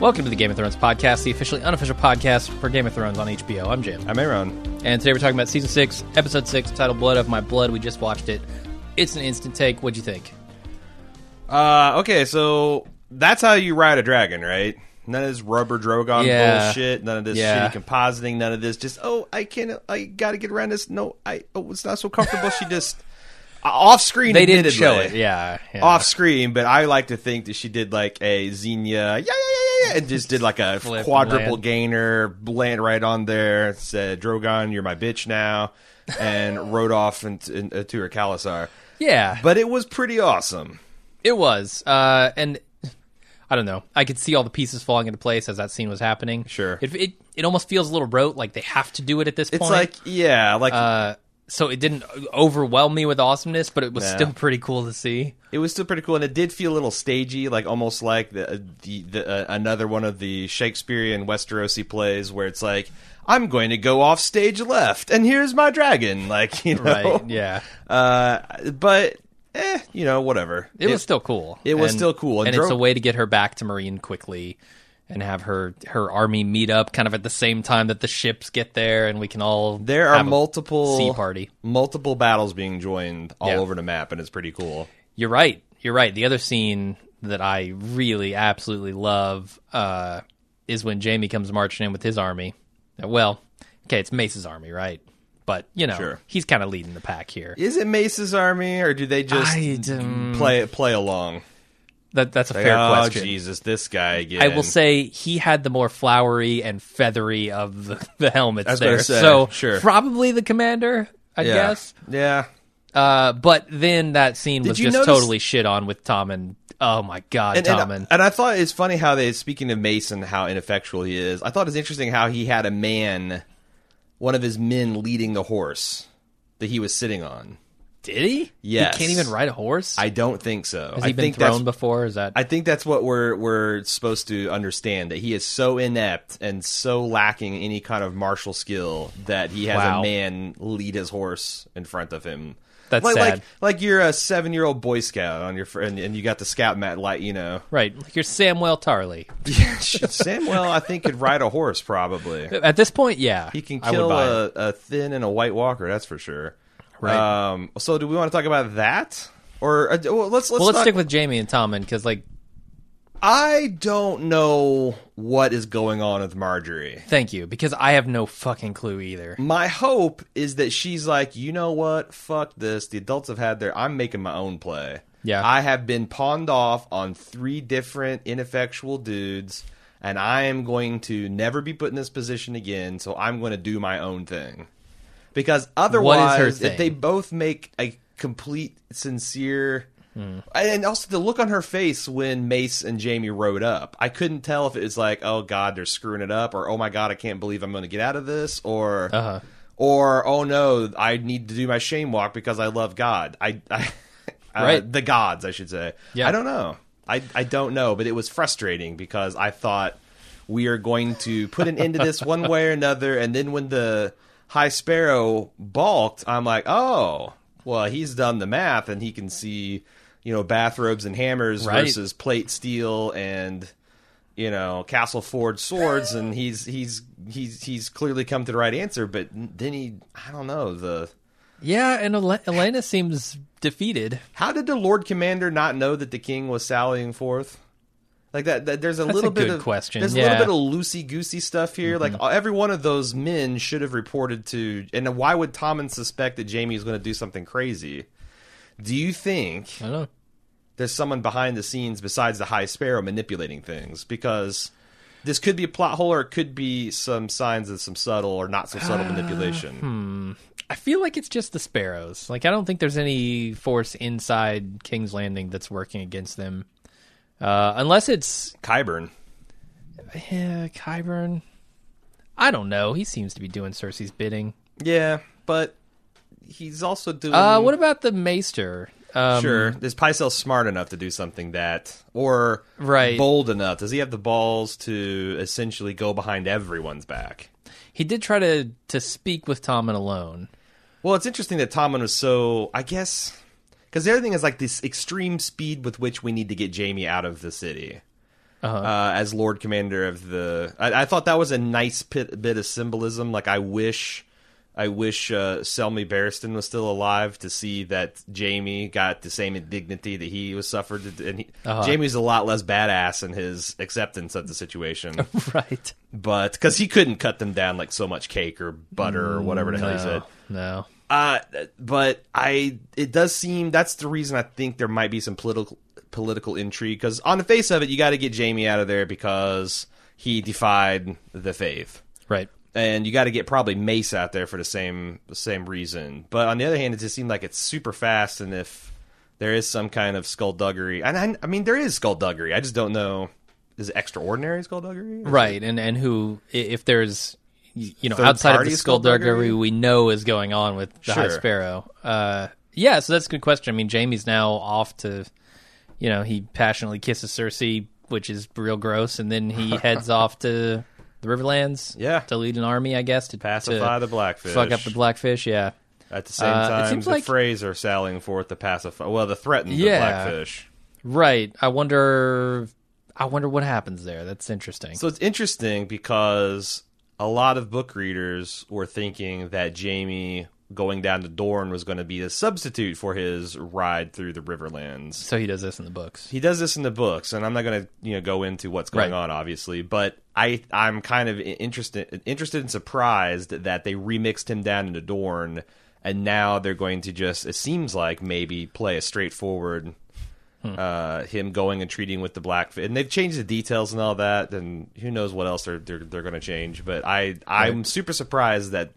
Welcome to the Game of Thrones podcast, the officially unofficial podcast for Game of Thrones on HBO. I'm Jim. I'm Aaron. And today we're talking about season 6, episode 6, titled Blood of My Blood. We just watched it. It's an instant take. What'd you think? Uh, okay, so that's how you ride a dragon, right? None of this rubber drogon Yeah. bullshit. None of this Yeah. shitty compositing. None of this just oh, I can't. I gotta get around this. No, I. Oh, it's not so comfortable. she just uh, off screen. They didn't show it. Yeah. yeah. off screen, but I like to think that she did like a Xenia, yeah, yeah, yeah, yeah, yeah, and just did like a Flip and quadruple land. gainer, land right on there, said, Drogon, you're my bitch now, and rode off in, in, uh, to her Kalasar. Yeah. But it was pretty awesome. It was. Uh, and I don't know. I could see all the pieces falling into place as that scene was happening. Sure. It, it, it almost feels a little rote, like they have to do it at this It's point. like, yeah, like Uh, so it didn't overwhelm me with awesomeness, but it was Nah. still pretty cool to see. it was still pretty cool, and it did feel a little stagey, like almost like the the, the uh, another one of the Shakespearean Westerosi plays where it's like. I'm going to go off stage left, and here's my dragon. Like you know, Right. Yeah. Uh, but eh, you know, whatever. It, was still cool. it was still cool. and, And it's Dro- a way to get her back to Marine quickly, and have her her army meet up kind of at the same time that the ships get there, and we can all There are have a multiple sea party. multiple battles being joined all Yeah. over the map, and it's pretty cool. You're right. You're right. The other scene that I really absolutely love uh, is when Jamie comes marching in with his army. Well, okay, it's Mace's army, right? But you know, Sure. he's kind of leading the pack here. Is it Mace's army, or do they just I don't- play play along? That, that's a Like, fair oh, question. Jesus, this guy again. I will say he had the more flowery and feathery of the, the helmets I was gonna there. say, so sure. probably the commander, I yeah. guess. yeah. Uh, but then that scene was you just notice- totally shit on with Tom and oh my god, And, uh, Tom and, and, and I thought it's funny how they speaking of Mason, how ineffectual he is. I thought it's interesting how he had a man, one of his men, leading the horse that he was sitting on. did he? Yes. he can't even ride a horse. I don't think so. Has I he been think that's thrown before? Is that I think that's what we're we're supposed to understand that he is so inept and so lacking any kind of martial skill that he has Wow. a man lead his horse in front of him. That's like sad. like like you're a seven year old boy scout on your fr- and, and you got the scout mat light you know right? Like you're Samuel Tarley Samuel I think could ride a horse probably at this point. Yeah, he can I would kill buy it. a, a thin and a white walker that's for sure Right. um so do we want to talk about that or uh, well, let's let's Well, let's talk- stick with Jamie and Tommen because like I don't know what is going on with Marjorie. thank you because I have no fucking clue either. My hope is that she's like, you know what? Fuck this. The adults have had their. I'm making my own play. Yeah. I have been pawned off on three different ineffectual dudes, and I am going to never be put in this position again. So I'm going to do my own thing. Because otherwise, thing? if they both make a complete, sincere. And also the look on her face when Mace and Jamie rode up, I couldn't tell if it was like, "Oh God, they're screwing it up," or "Oh my God, I can't believe I'm going to get out of this," or Uh-huh. or "Oh no, I need to do my shame walk because I love God." I, I uh, Right. the gods, I should say. Yeah. I don't know. I I don't know, but it was frustrating because I thought we are going to put an end to this one way or another, and then when the High Sparrow balked, I'm like, oh, well, he's done the math, and he can see, you know, bathrobes and hammers Right. versus plate steel and you know castle forged swords and he's he's he's he's clearly come to the right answer but then he i don't know the Yeah, and Ele- Elena seems defeated. how did the lord commander not know that the king was sallying forth like that, that there's a little bit good of question, there's yeah. a little bit of loosey goosey stuff here like all- every one of those men should have reported to and why would tommen suspect that jamie was going to do something crazy Do you think I don't know. there's someone behind the scenes besides the High Sparrow manipulating things? Because this could be a plot hole, or it could be some signs of some subtle or not so subtle manipulation. I feel like it's just the sparrows. Like I don't think there's any force inside King's Landing that's working against them, uh, unless it's Kyburn. eh, Kyburn. I don't know. He seems to be doing Cersei's bidding. Yeah, but he's also doing. Uh, what about the Maester? Um, Sure. Is Pycelle smart enough to do something that, or Right. bold enough? Does he have the balls to essentially go behind everyone's back? He did try to to speak with Tommen alone. Well, it's interesting that Tommen was so. I guess because the other thing is like this extreme speed with which we need to get Jamie out of the city. Uh, as Lord Commander of the, I, I thought that was a nice pit, bit of symbolism. Like I wish, I wish uh, Selmy Barristan was still alive to see that Jamie got the same indignity that he was suffered. And he, Jamie's a lot less badass in his acceptance of the situation, Right. but because he couldn't cut them down like so much cake or butter or whatever the hell he said. No. Uh, but I, it does seem that's the reason I think there might be some political political intrigue because on the face of it, you got to get Jamie out of there because he defied the faith, Right. and you got to get probably Mace out there for the same the same reason. But on the other hand, it just seemed like it's super fast, and if there is some kind of skullduggery, and I, I mean there is skullduggery, I just don't know. Is it extraordinary skullduggery? Right. And and who i- if there's y- you know Third outside of the party skullduggery skullduggery? we know is going on with the High Sure. Sparrow. Uh, yeah. So that's a good question. I mean, Jamie's now off to, you know, he passionately kisses Cersei, which is real gross, and then he heads off to the Riverlands. Yeah. To lead an army, I guess, to Pacify to the Blackfish. Fuck up the Blackfish. Yeah. At the same Uh, it time, seems the like- Freys are sallying forth to pacify. Well, the threatened Yeah. the Blackfish. Right. I wonder. I wonder what happens there. That's interesting. So it's interesting because a lot of book readers were thinking that Jamie going down to Dorne was going to be a substitute for his ride through the Riverlands. so he does this in the books. He does this in the books, and I'm not going to you know go into what's going Right. on, obviously. But I I'm kind of i- interested interested and surprised that they remixed him down into Dorne, and now they're going to just it seems like maybe play a straightforward uh, him going and treating with the black and they've changed the details and all that and who knows what else they're they're, they're going to change but i i'm super surprised that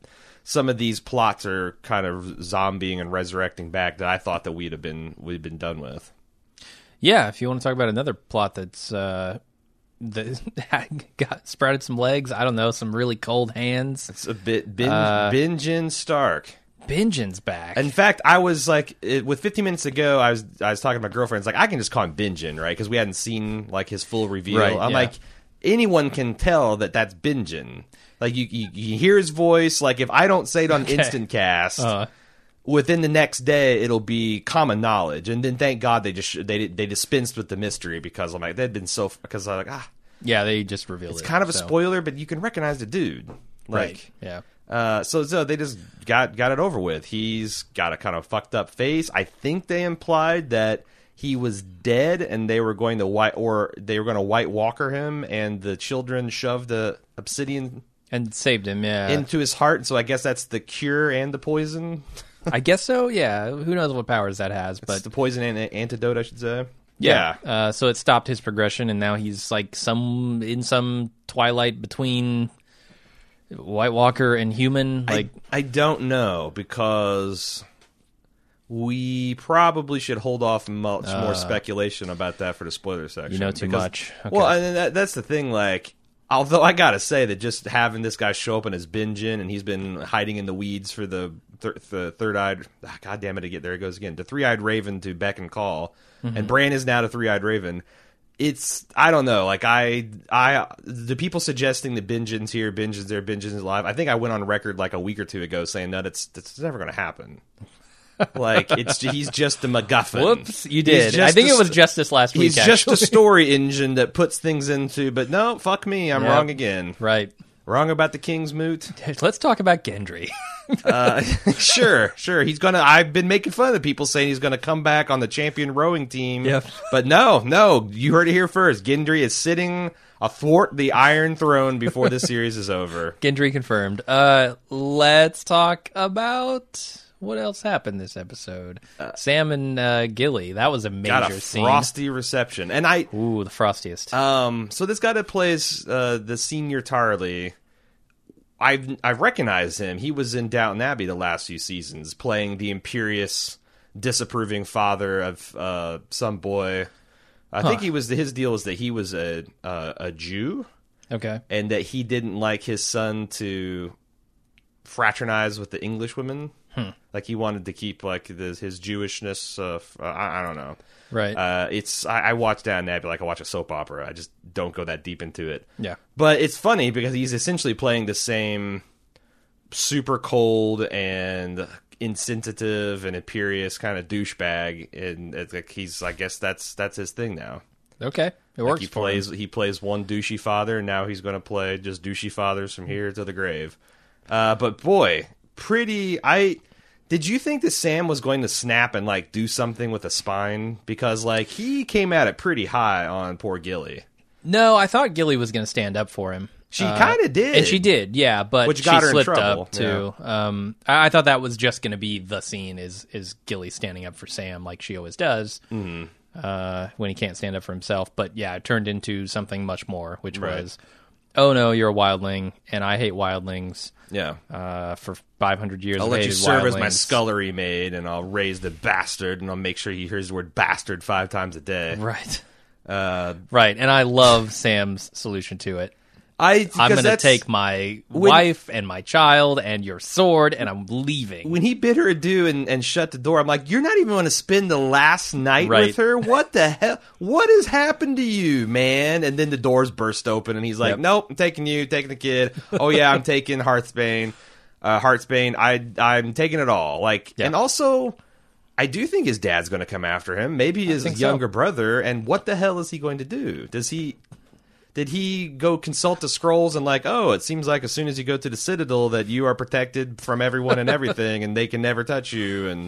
some of these plots are kind of zombieing and resurrecting back that i thought that we'd have been we'd been done with Yeah, if you want to talk about another plot that's uh, that got sprouted some legs, I don't know, some really cold hands. it's a bit bin, Uh, Benjen stark Benjen's back. in fact, I was like, it, with 15 minutes ago, I was I was talking to my girlfriend. It's like I can just call him Bingen, right? Because we hadn't seen like his full reveal. Right, I'm yeah. like, anyone can tell that that's Bingen. Like you, you, you hear his voice. Like if I don't say it on instant cast, Uh-huh. within the next day it'll be common knowledge. And then thank God they just they they dispensed with the mystery because I'm like they'd been so because I'm like ah, yeah, they just revealed it's it. kind of a so- spoiler, but you can recognize the dude. Like, Right. yeah. uh, so so they just got got it over with. He's got a kind of fucked up face. I think they implied that he was dead and they were going to white or they were going to white walker him and the children shoved the obsidian And saved him, yeah. into his heart. So I guess that's the cure and the poison. I guess so, yeah. Who knows what powers that has, But but the poison and antidote, I should say. Uh, so it stopped his progression, and now he's like some in some twilight between White Walker and human. Like, I don't know because we probably should hold off much more speculation about that for the spoiler section. Uh, know too because- much. Okay. Well, and that, that's the thing. Like, although I gotta say that just having this guy show up in his bingen and he's been hiding in the weeds for the thir- the third eyed. God damn it! Again, there it goes again. The three eyed raven to beck and call, and Mm-hmm. Bran is now the three eyed raven. It's I don't know. Like I I the people suggesting the bingens here, bingens there, bingens live. I think I went on record like a week or two ago saying that it's it's never going to happen. Like it's he's just the MacGuffin. whoops, you He's did. I just think a it was s- just this last He's week. just actually. a story engine that puts things into, but no, fuck me, I'm Yep. wrong again. right. Wrong about the king's moot. Let's talk about Gendry. sure, sure. He's gonna. I've been making fun of the people saying he's gonna come back on the champion rowing team. Yep. But no, no. You heard it here first. Gendry is sitting athwart the Iron Throne before this series is over. Gendry confirmed. Uh, let's talk about What else happened this episode? Sam and uh, Gilly. That was a major Got a scene. frosty reception, and I Ooh, the frostiest. Um, so this guy that plays uh, the senior Tarly, I've I've recognized him. He was in Downton Abbey the last few seasons, playing the imperious, disapproving father of uh, some boy. I think he was his deal was that he was a uh, a Jew okay. and that he didn't like his son to fraternize with the English women. Like he wanted to keep like the, his Jewishness. Uh, f- I, I don't know. Right. Uh, it's I, I watch Down Abbey like I watch a soap opera. I just don't go that deep into it. Yeah. But it's funny because he's essentially playing the same super cold and insensitive and imperious kind of douchebag, and it's like he's I guess that's that's his thing now. Okay. It Like works he for plays he plays one douchey father, and now he's going to play just douchey fathers from here to the grave. Uh, but boy, pretty. I did you think that Sam was going to snap and like do something with a spine because like he came at it pretty high on poor Gilly. him. No, I thought Gilly was going to stand up for him. She kind of did, Uh, And she did, yeah, but Which she got her in slipped trouble, up too. Um, I, I thought that was just going to be the scene is is Gilly standing up for Sam like she always does Mm-hmm. uh, when he can't stand up for himself. But yeah, it turned into something much more, which Right. was, oh no, you're a wildling, and I hate wildlings. Yeah, Uh, for 500 years, I'll I've let you hated serve as my wildlings. scullery maid, and I'll raise the bastard, and I'll make sure he hears the word bastard five times a day. Right, Uh, right, and I love Sam's solution to it. I I'm because going to that's- take my wife and my child and your sword, and I'm leaving. when he bid her adieu and, and shut the door, I'm like, you're not even going to spend the last night Right. with her. What the hell? What has happened to you, man? And then the doors burst open, and he's like, Yep. nope, I'm taking you, taking the kid. Oh yeah, I'm taking Hearthsbane. Uh, Hearthsbane, I I'm taking it all. Like, Yeah. and also. I do think his dad's going to come after him. Maybe his think so. younger brother. And what the hell is he going to do? Does he did he go consult the scrolls and like oh it seems like as soon as you go to the citadel that you are protected from everyone and everything and they can never touch you and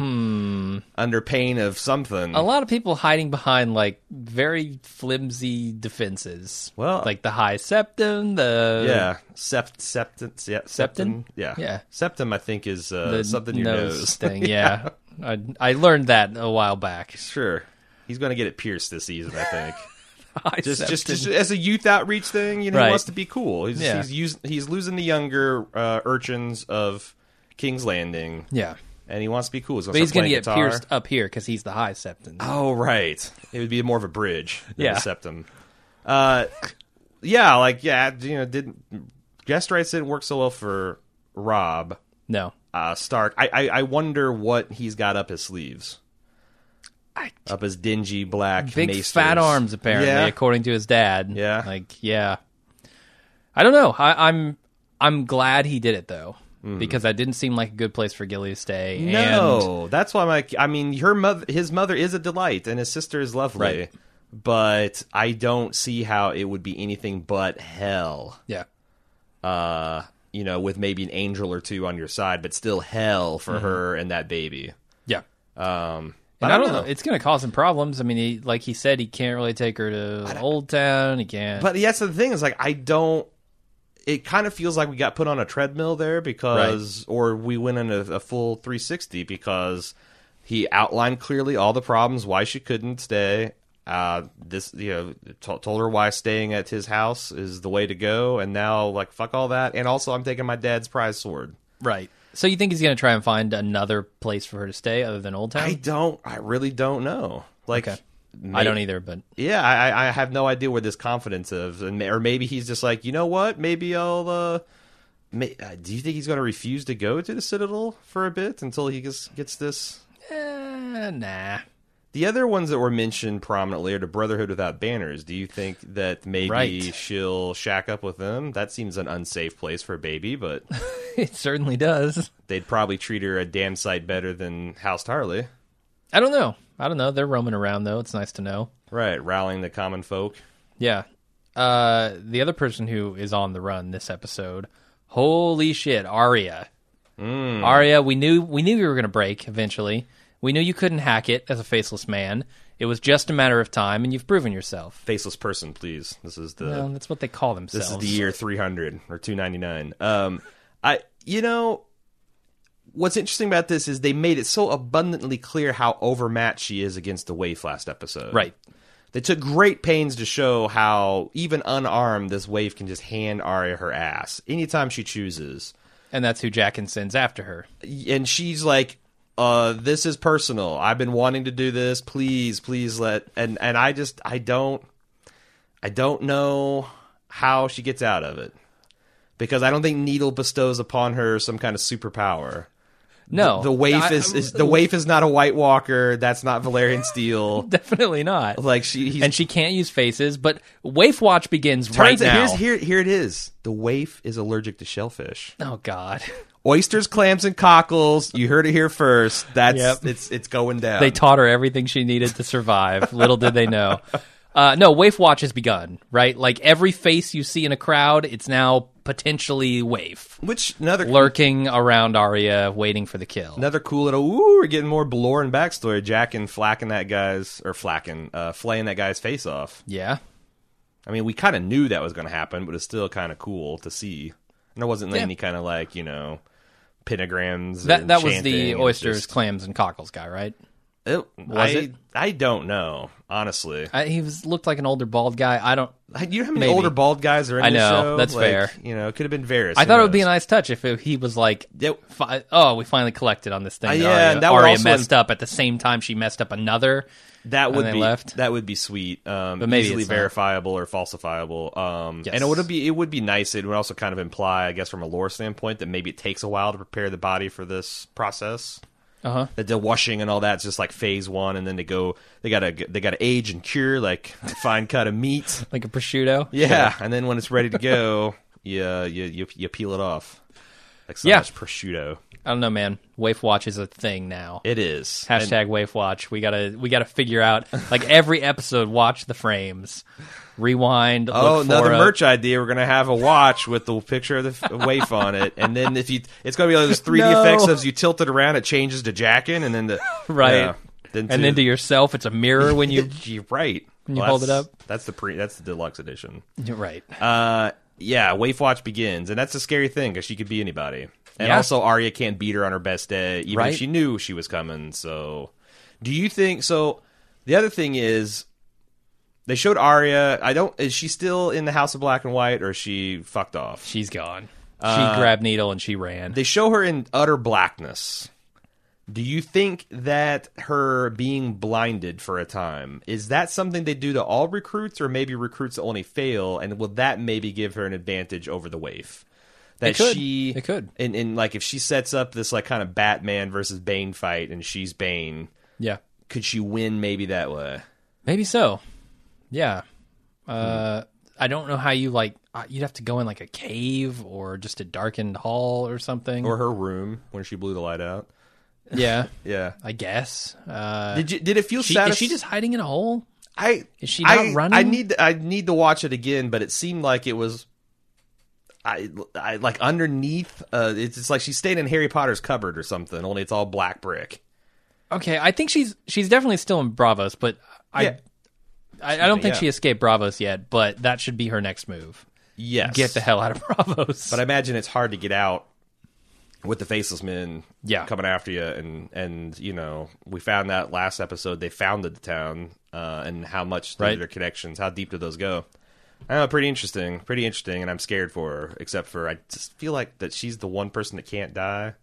under pain of something Hmm. a lot of people hiding behind like very flimsy defenses. Well- like the high septum, the yeah sept septum yeah septum Septum? yeah Yeah. septum i think is uh, the something in your nose, thing. Yeah, I, I learned that a while back. sure he's going to get it pierced this season i think High just, just septum. just as a youth outreach thing you know Right. he wants to be cool he's, Yeah. he's, us- he's losing the younger uh, urchins of king's landing yeah, and he wants to be cool but he's going to get pierced up here because he's the high septum. Oh right, it would be more of a bridge than Yeah. a septum. Uh, yeah, like yeah, you know, didn't guest rights didn't work so well for Rob No, uh, Stark. I, I I wonder what he's got up his sleeves, I- up his dingy black big maesters. fat arms apparently, Yeah. according to his dad. Yeah. like yeah. I don't know. I, I'm I'm glad he did it though. Because that didn't seem like a good place for Gilly to stay. and Hmm. No, that's why I'm like. I mean, her mother, his mother is a delight, and his sister is lovely. Right. But I don't see how it would be anything but hell. yeah, uh, you know, with maybe an angel or two on your side, but still hell for her and that baby. yeah. Um, And I don't, know. It's going to cause him problems. I mean, he, like he said, he can't really take her to Old Town. He can't. But that's the thing is like I don't. It kind of feels like we got put on a treadmill there because, or we went in a, a full 360 because he outlined clearly all the problems why she couldn't stay. Uh, this you know t- told her why staying at his house is the way to go, and now like fuck all that. And also, I'm taking my dad's prize sword. right. So you think he's going to try and find another place for her to stay other than Old Town? I don't. I really don't know. Like, Okay. I may- don't either, but Yeah, I, I- I have no idea where this confidence of, and or maybe he's just like, you know what? Maybe I'll. Uh, may, uh, do you think he's going to refuse to go to the Citadel for a bit until he gets gets this? eh, nah. The other ones that were mentioned prominently are the Brotherhood without banners. Do you think that maybe Right. she'll shack up with them? That seems an unsafe place for a baby, but It certainly does. they'd probably treat her a damn sight better than House Tarly. I don't know. I don't know. They're roaming around though. It's nice to know. Right, rallying the common folk. Yeah. Uh, the other person who is on the run this episode, holy shit, Arya. Hmm. Arya, we knew we knew you were going to break eventually. We knew you couldn't hack it as a faceless man. It was just a matter of time, and you've proven yourself. Faceless person, please. This is the Well, that's what they call This themselves. is the year 300 or 299. Um, I you know what's interesting about this is they made it so abundantly clear how overmatched she is against the Waif last episode. Right. They took great pains to show how even unarmed this Waif can just hand Arya her ass anytime she chooses. And that's who Jackin sends after her. And she's like, uh, this is personal. I've been wanting to do this. Please, please let and and I just I don't I don't know how she gets out of it. Because I don't think Needle bestows upon her some kind of superpower. No, The waif I- is, is the waif is not a White Walker. That's not Valerian Steel. definitely not. Like she, he's, and she can't use faces, but Waif Watch begins right turns now. Here's, here, here it is. The waif is allergic to shellfish, oh God, oysters, clams, and cockles. You heard it here first. That's Yep. it's it's going down. they taught her everything she needed to survive. Little did they know. Uh, no, Waif Watch has begun. Right, like every face you see in a crowd, it's now potentially Waif Which another lurking around Arya, waiting for the kill. another cool little ooh. We're getting more lore and backstory. Jack and flacking that guy's or flacking uh, flaying that guy's face off. Yeah, I mean, we kind of knew that was going to happen, but it's still kind of cool to see. And there wasn't Yeah. any kind of like you know pentagrams. that and that was chanting. the It oysters, just- clams, and cockles guy, right? It, Was I, it? I don't know, honestly. I, he was looked like an older bald guy. I don't. I, you know how many Maybe. older bald guys are in I this know, show? that's Like, fair. You know, it could have been Varys. I who thought it would be a knows? nice touch if it, he was like, Yeah. fi- "Oh, we finally collected on this thing." Uh, that yeah, Arya, and that would Arya also- messed up at the same time she messed up another. that would they be left. that would be sweet. Um, maybe easily it's not. verifiable or falsifiable. Um, Yes. and it would be it would be nice. It would also kind of imply, I guess, from a lore standpoint, that maybe it takes a while to prepare the body for this process. Uh huh. That the washing and all that's just like phase one, and then they go they gotta they gotta age and cure like a fine cut of meat. Like a prosciutto. Yeah, and then when it's ready to go, yeah, you, you you peel it off. Like so Yeah. much prosciutto. I don't know, man. Waif Watch is a thing now. It is And- Hashtag Waif Watch. We gotta we gotta figure out like every episode. Watch the frames, rewind. Oh, look for another it. merch idea. We're gonna have a watch with the picture of the f- waif on it, and then if you, it's gonna be like those three D No. effects. As you tilt it around, it changes to Jackin, and then the Right. yeah, then and then to yourself, it's a mirror when you. you're right. When you hold it up. that's the pre. That's the deluxe edition. You're right. Uh, yeah, waif watch begins, and that's a scary thing because she could be anybody, and Yeah. also Arya can't beat her on her best day, even Right. if she knew she was coming. So, do you think so? The other thing is. They showed Arya. I don't. Is she still in the House of Black and White, or is she fucked off? She's gone. She Uh, grabbed needle and she ran. they show her in utter blackness. Do you think that her being blinded for a time is that something they do to all recruits, or maybe recruits that only fail, and will that maybe give her an advantage over the waif? That It could. she It could. and, and like if she sets up this like kind of Batman versus Bane fight, and she's Bane, yeah. could she win maybe that way? Maybe so. Yeah. Hmm. Uh, I don't know how you like. uh, You'd have to go in like a cave or just a darkened hall or something. Or her room when she blew the light out? yeah, Yeah. I guess. Uh, Did you, did it feel she, satis- is she just hiding in a hole? I Is she not I, running? I need I need to watch it again, but it seemed like it was. I, I like underneath. Uh, it's, it's like she stayed in Harry Potter's cupboard or something. Only it's all black brick. Okay, I think she's she's definitely still in Bravos, but I Yeah. I, I don't think yeah. she escaped Bravos yet. But that should be her next move. Yes, Get the hell out of Bravos. But I imagine it's hard to get out with the faceless men. Yeah. coming after you, and and you know we found that last episode they founded the town, uh, and how much Right. their connections, how deep do those go? I don't know, pretty interesting, pretty interesting, and I'm scared for her. Except for I just feel like that she's the one person that can't die.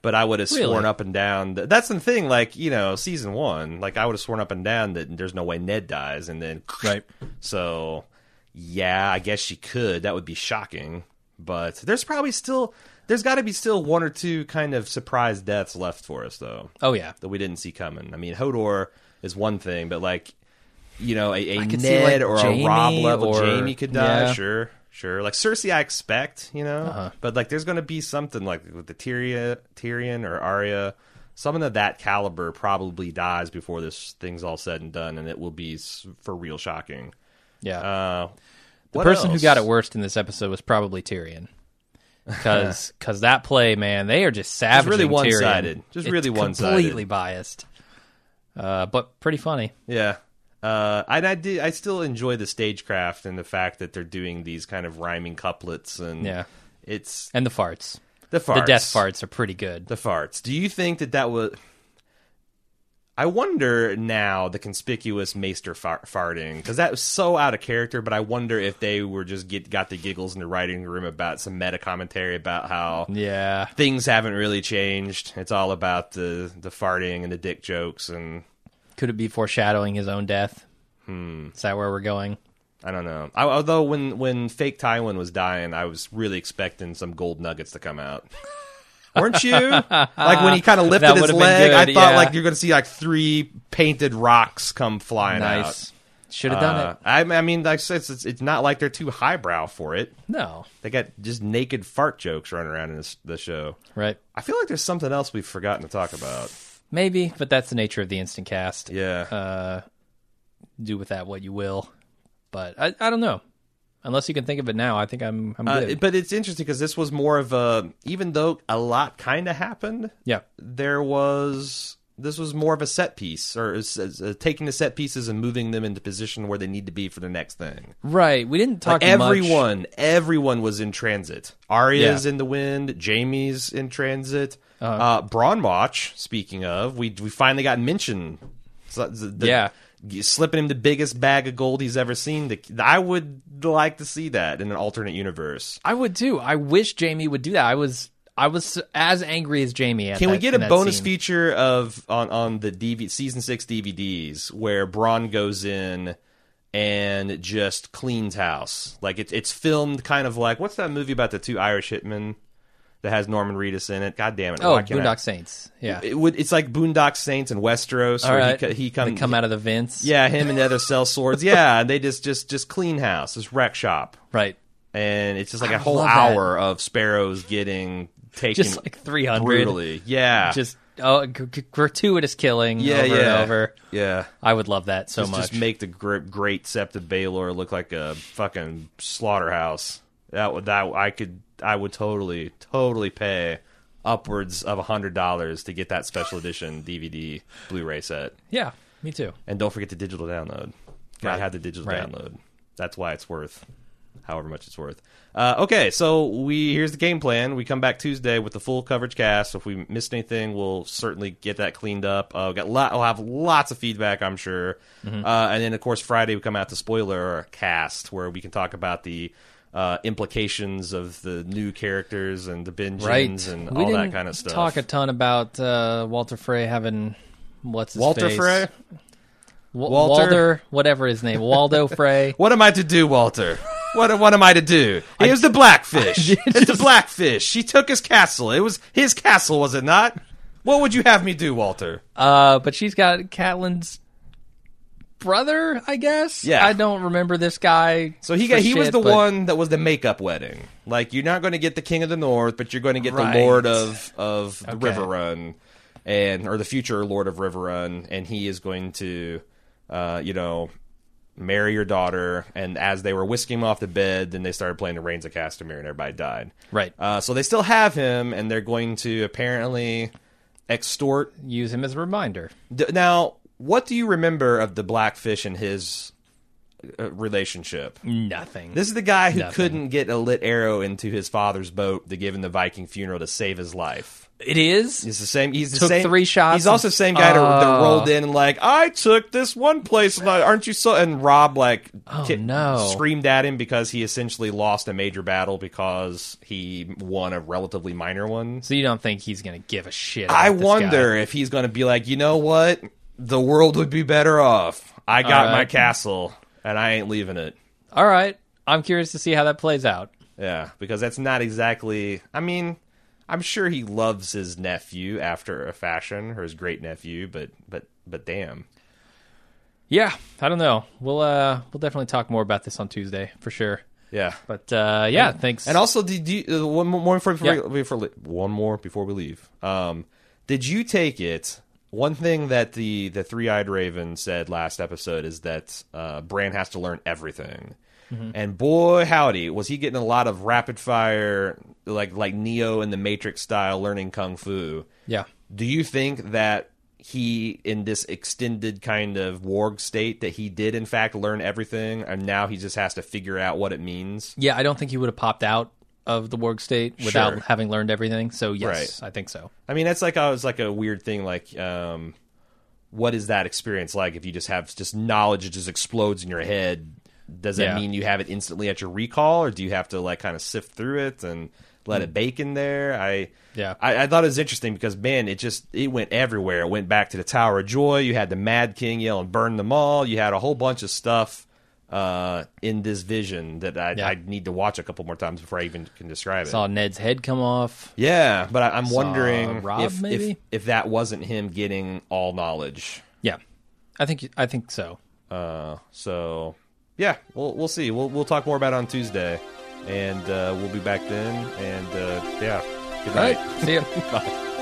But I would have Really? sworn up and down. That, that's the thing, like you know, season one, like I would have sworn up and down that there's no way Ned dies, and then right. so, yeah, I guess she could. That would be shocking. But there's probably still there's got to be still one or two kind of surprise deaths left for us though Oh yeah. that we didn't see coming. I mean, Hodor is one thing, but like you know, a, a I Ned could see, like, or a Rob Jaime level or- Jamie could die. yeah. Uh-huh. Sure, sure. Like Cersei, I expect you know, but like there's going to be something like with the Tyrion, Tyrion or Arya. Someone of that caliber probably dies before this thing's all said and done, and it will be s- for real shocking. Yeah. Uh, The person who got it worst in this episode was probably Tyrion. Because cause that play, man, they are just savage. really one-sided. Just really one-sided. Completely biased. Uh, but pretty funny. Yeah. Uh, and I did. I still enjoy the stagecraft and the fact that they're doing these kind of rhyming couplets and Yeah. it's And the farts. The farts. The death farts are pretty good. The farts. Do you think that that was? I wonder now the conspicuous Maester far- farting because that was so out of character. But I wonder if they were just get got the giggles in the writing room about some meta commentary about how yeah. things haven't really changed. It's all about the the farting and the dick jokes and Could it be foreshadowing his own death? Hmm. Is that where we're going? I don't know. I, although when when fake Tywin was dying, I was really expecting some gold nuggets to come out. Weren't you? like when he kind of lifted That his would've been leg, I good, thought yeah. like you're going to see like three painted rocks come flying Nice. Should have done out. Uh, I, I mean, like, it's, it's it's not like they're too highbrow for it. it. No. They got just naked fart jokes running around in this, the show. Right. I feel like there's something else we've forgotten to talk about. Maybe, but that's the nature of the instant cast. Yeah, Uh, Do with that what you will. But I, I don't know. Unless you can think of it now, I think I'm I'm Uh, good. but it's interesting because this was more of a even though a lot kind of happened. yeah. there was this was more of a set piece or is- is, uh, taking the set pieces and moving them into position where they need to be for the next thing. Right. We didn't talk Like much- everyone, everyone was in transit. Arya's Yeah. Uh-huh. in the wind. Jamie's in transit. uh Braun Watch. Speaking of, we we finally got mention. So- the- the- Yeah. Slipping him the biggest bag of gold he's ever seen. The- I would like to see that in an alternate universe. I would too. I wish Jamie would do that. I was I was as angry as Jamie. At Can we that- in get a that bonus scene. feature of on on the DV, season six DVDs where Braun goes in and just cleans house? Like it's it's filmed kind of like what's that movie about the two Irish hitmen that has Norman Reedus in it? God damn it! Oh, why can't I- Boondock Saints. Yeah. It would, it's like Boondock Saints and Westeros. All where right. he, co- he come, They come out of the vents. Yeah, him and the other sell swords. Yeah, and they just just just clean house, this wreck shop, Right. and it's just like I a whole love that. hour of sparrows getting taken Just like 300. brutally. Yeah, Just oh, g- g- gratuitous killing yeah, over yeah. and over. Yeah. I would love that so Just, much. just make the gr- great Sept of Baylor look like a fucking slaughterhouse. That would that I could I would totally totally pay upwards of hundred dollars to get that special edition DVD Blu-ray set. yeah, me too. And don't forget the digital download. Gotta Right. have the digital Right. download. That's why it's worth however much it's worth. Uh, okay, so we here's the game plan. We come back Tuesday with the full coverage cast. if we missed anything, we'll certainly get that cleaned up. Uh, we got lot, we'll have lots of feedback, I'm sure. Mm-hmm. Uh, and then of course Friday we come out to spoiler cast where we can talk about the uh, implications of the new characters and the binges Right. and we all didn't that kind of stuff. talk a ton about uh, Walter Frey having what's his Walter face? Frey, Wa- Walter? Walter, whatever his name, Waldo Frey. What am I to do, Walter? What what am I to do? It was the blackfish. It's the blackfish. She took his castle. It was his castle, was it not? What would you have me do, Walter? Uh, but she's got Catelyn's brother, I guess. Yeah. I don't remember this guy. So he for got, he was shit, the but- one that was the makeup wedding. Like you're not going to get the king of the north, but you're going to get Right. the lord of of the River Run, and or the future lord of River Run, and he is going to, uh, you know, marry your daughter. And as they were whisking him off the bed, then they started playing the Reigns of Castamere, and everybody died. Right. Uh, so they still have him, and they're going to apparently extort. Use him as a reminder. D- now, what do you remember of the Blackfish and his uh, relationship? Nothing. This is the guy who Nothing. couldn't get a lit arrow into his father's boat to give him the Viking funeral to save his life. it is. He's the same. He's the Took same. three shots He's also and- Oh. the same guy that, that rolled in and like, I took this one place. And I, aren't you so? And Rob like, ki- Oh, no. screamed at him because he essentially lost a major battle because he won a relatively minor one. So you don't think he's gonna give a shit? About I this wonder if he's going to be like, you know what? The world would be better off. I got right. my castle, and I ain't leaving it. guy. All right. I'm curious to see how that plays out. Yeah, because that's not exactly. I mean, I'm sure he loves his nephew after a fashion, or his great nephew, but but but damn. Yeah, I don't know. We'll uh we'll definitely talk more about this on Tuesday for sure. Yeah. But uh yeah, thanks. And also, did you uh, one mo- more before, before, Yeah. we- before we- one more before we leave? Um, did you take it? One thing that the the three eyed raven said last episode is that uh, Bran has to learn everything. And boy, howdy, was he getting a lot of rapid fire, like like Neo in the Matrix style, learning kung fu. yeah. Do you think that he, in this extended kind of warg state, that he did in fact learn everything, and now he just has to figure out what it means? Yeah, I don't think he would have popped out of the Borg state without Sure. having learned everything. So yes, I think so. I mean, that's like I was like a weird thing. Like, um, what is that experience like if you just have just knowledge it just explodes in your head? Does that Yeah. mean you have it instantly at your recall, or do you have to like kind of sift through it and let it bake in there? I Hmm. Yeah. I, I thought it was interesting because man, it just it went everywhere. It went back to the Tower of Joy. You had the Mad King yell and burn them all. You had a whole bunch of stuff uh in this vision that I Yeah. I need to watch a couple more times before I even can describe it. Saw Ned's head come off. Yeah, but I, I'm wondering Rob, if, if maybe? if that wasn't him getting all knowledge. Yeah, I think I think so. Uh, so yeah, we'll we'll see. We'll we'll talk more about it on Tuesday, and uh, we'll be back then. And uh, yeah, good All night. right, see ya. Bye.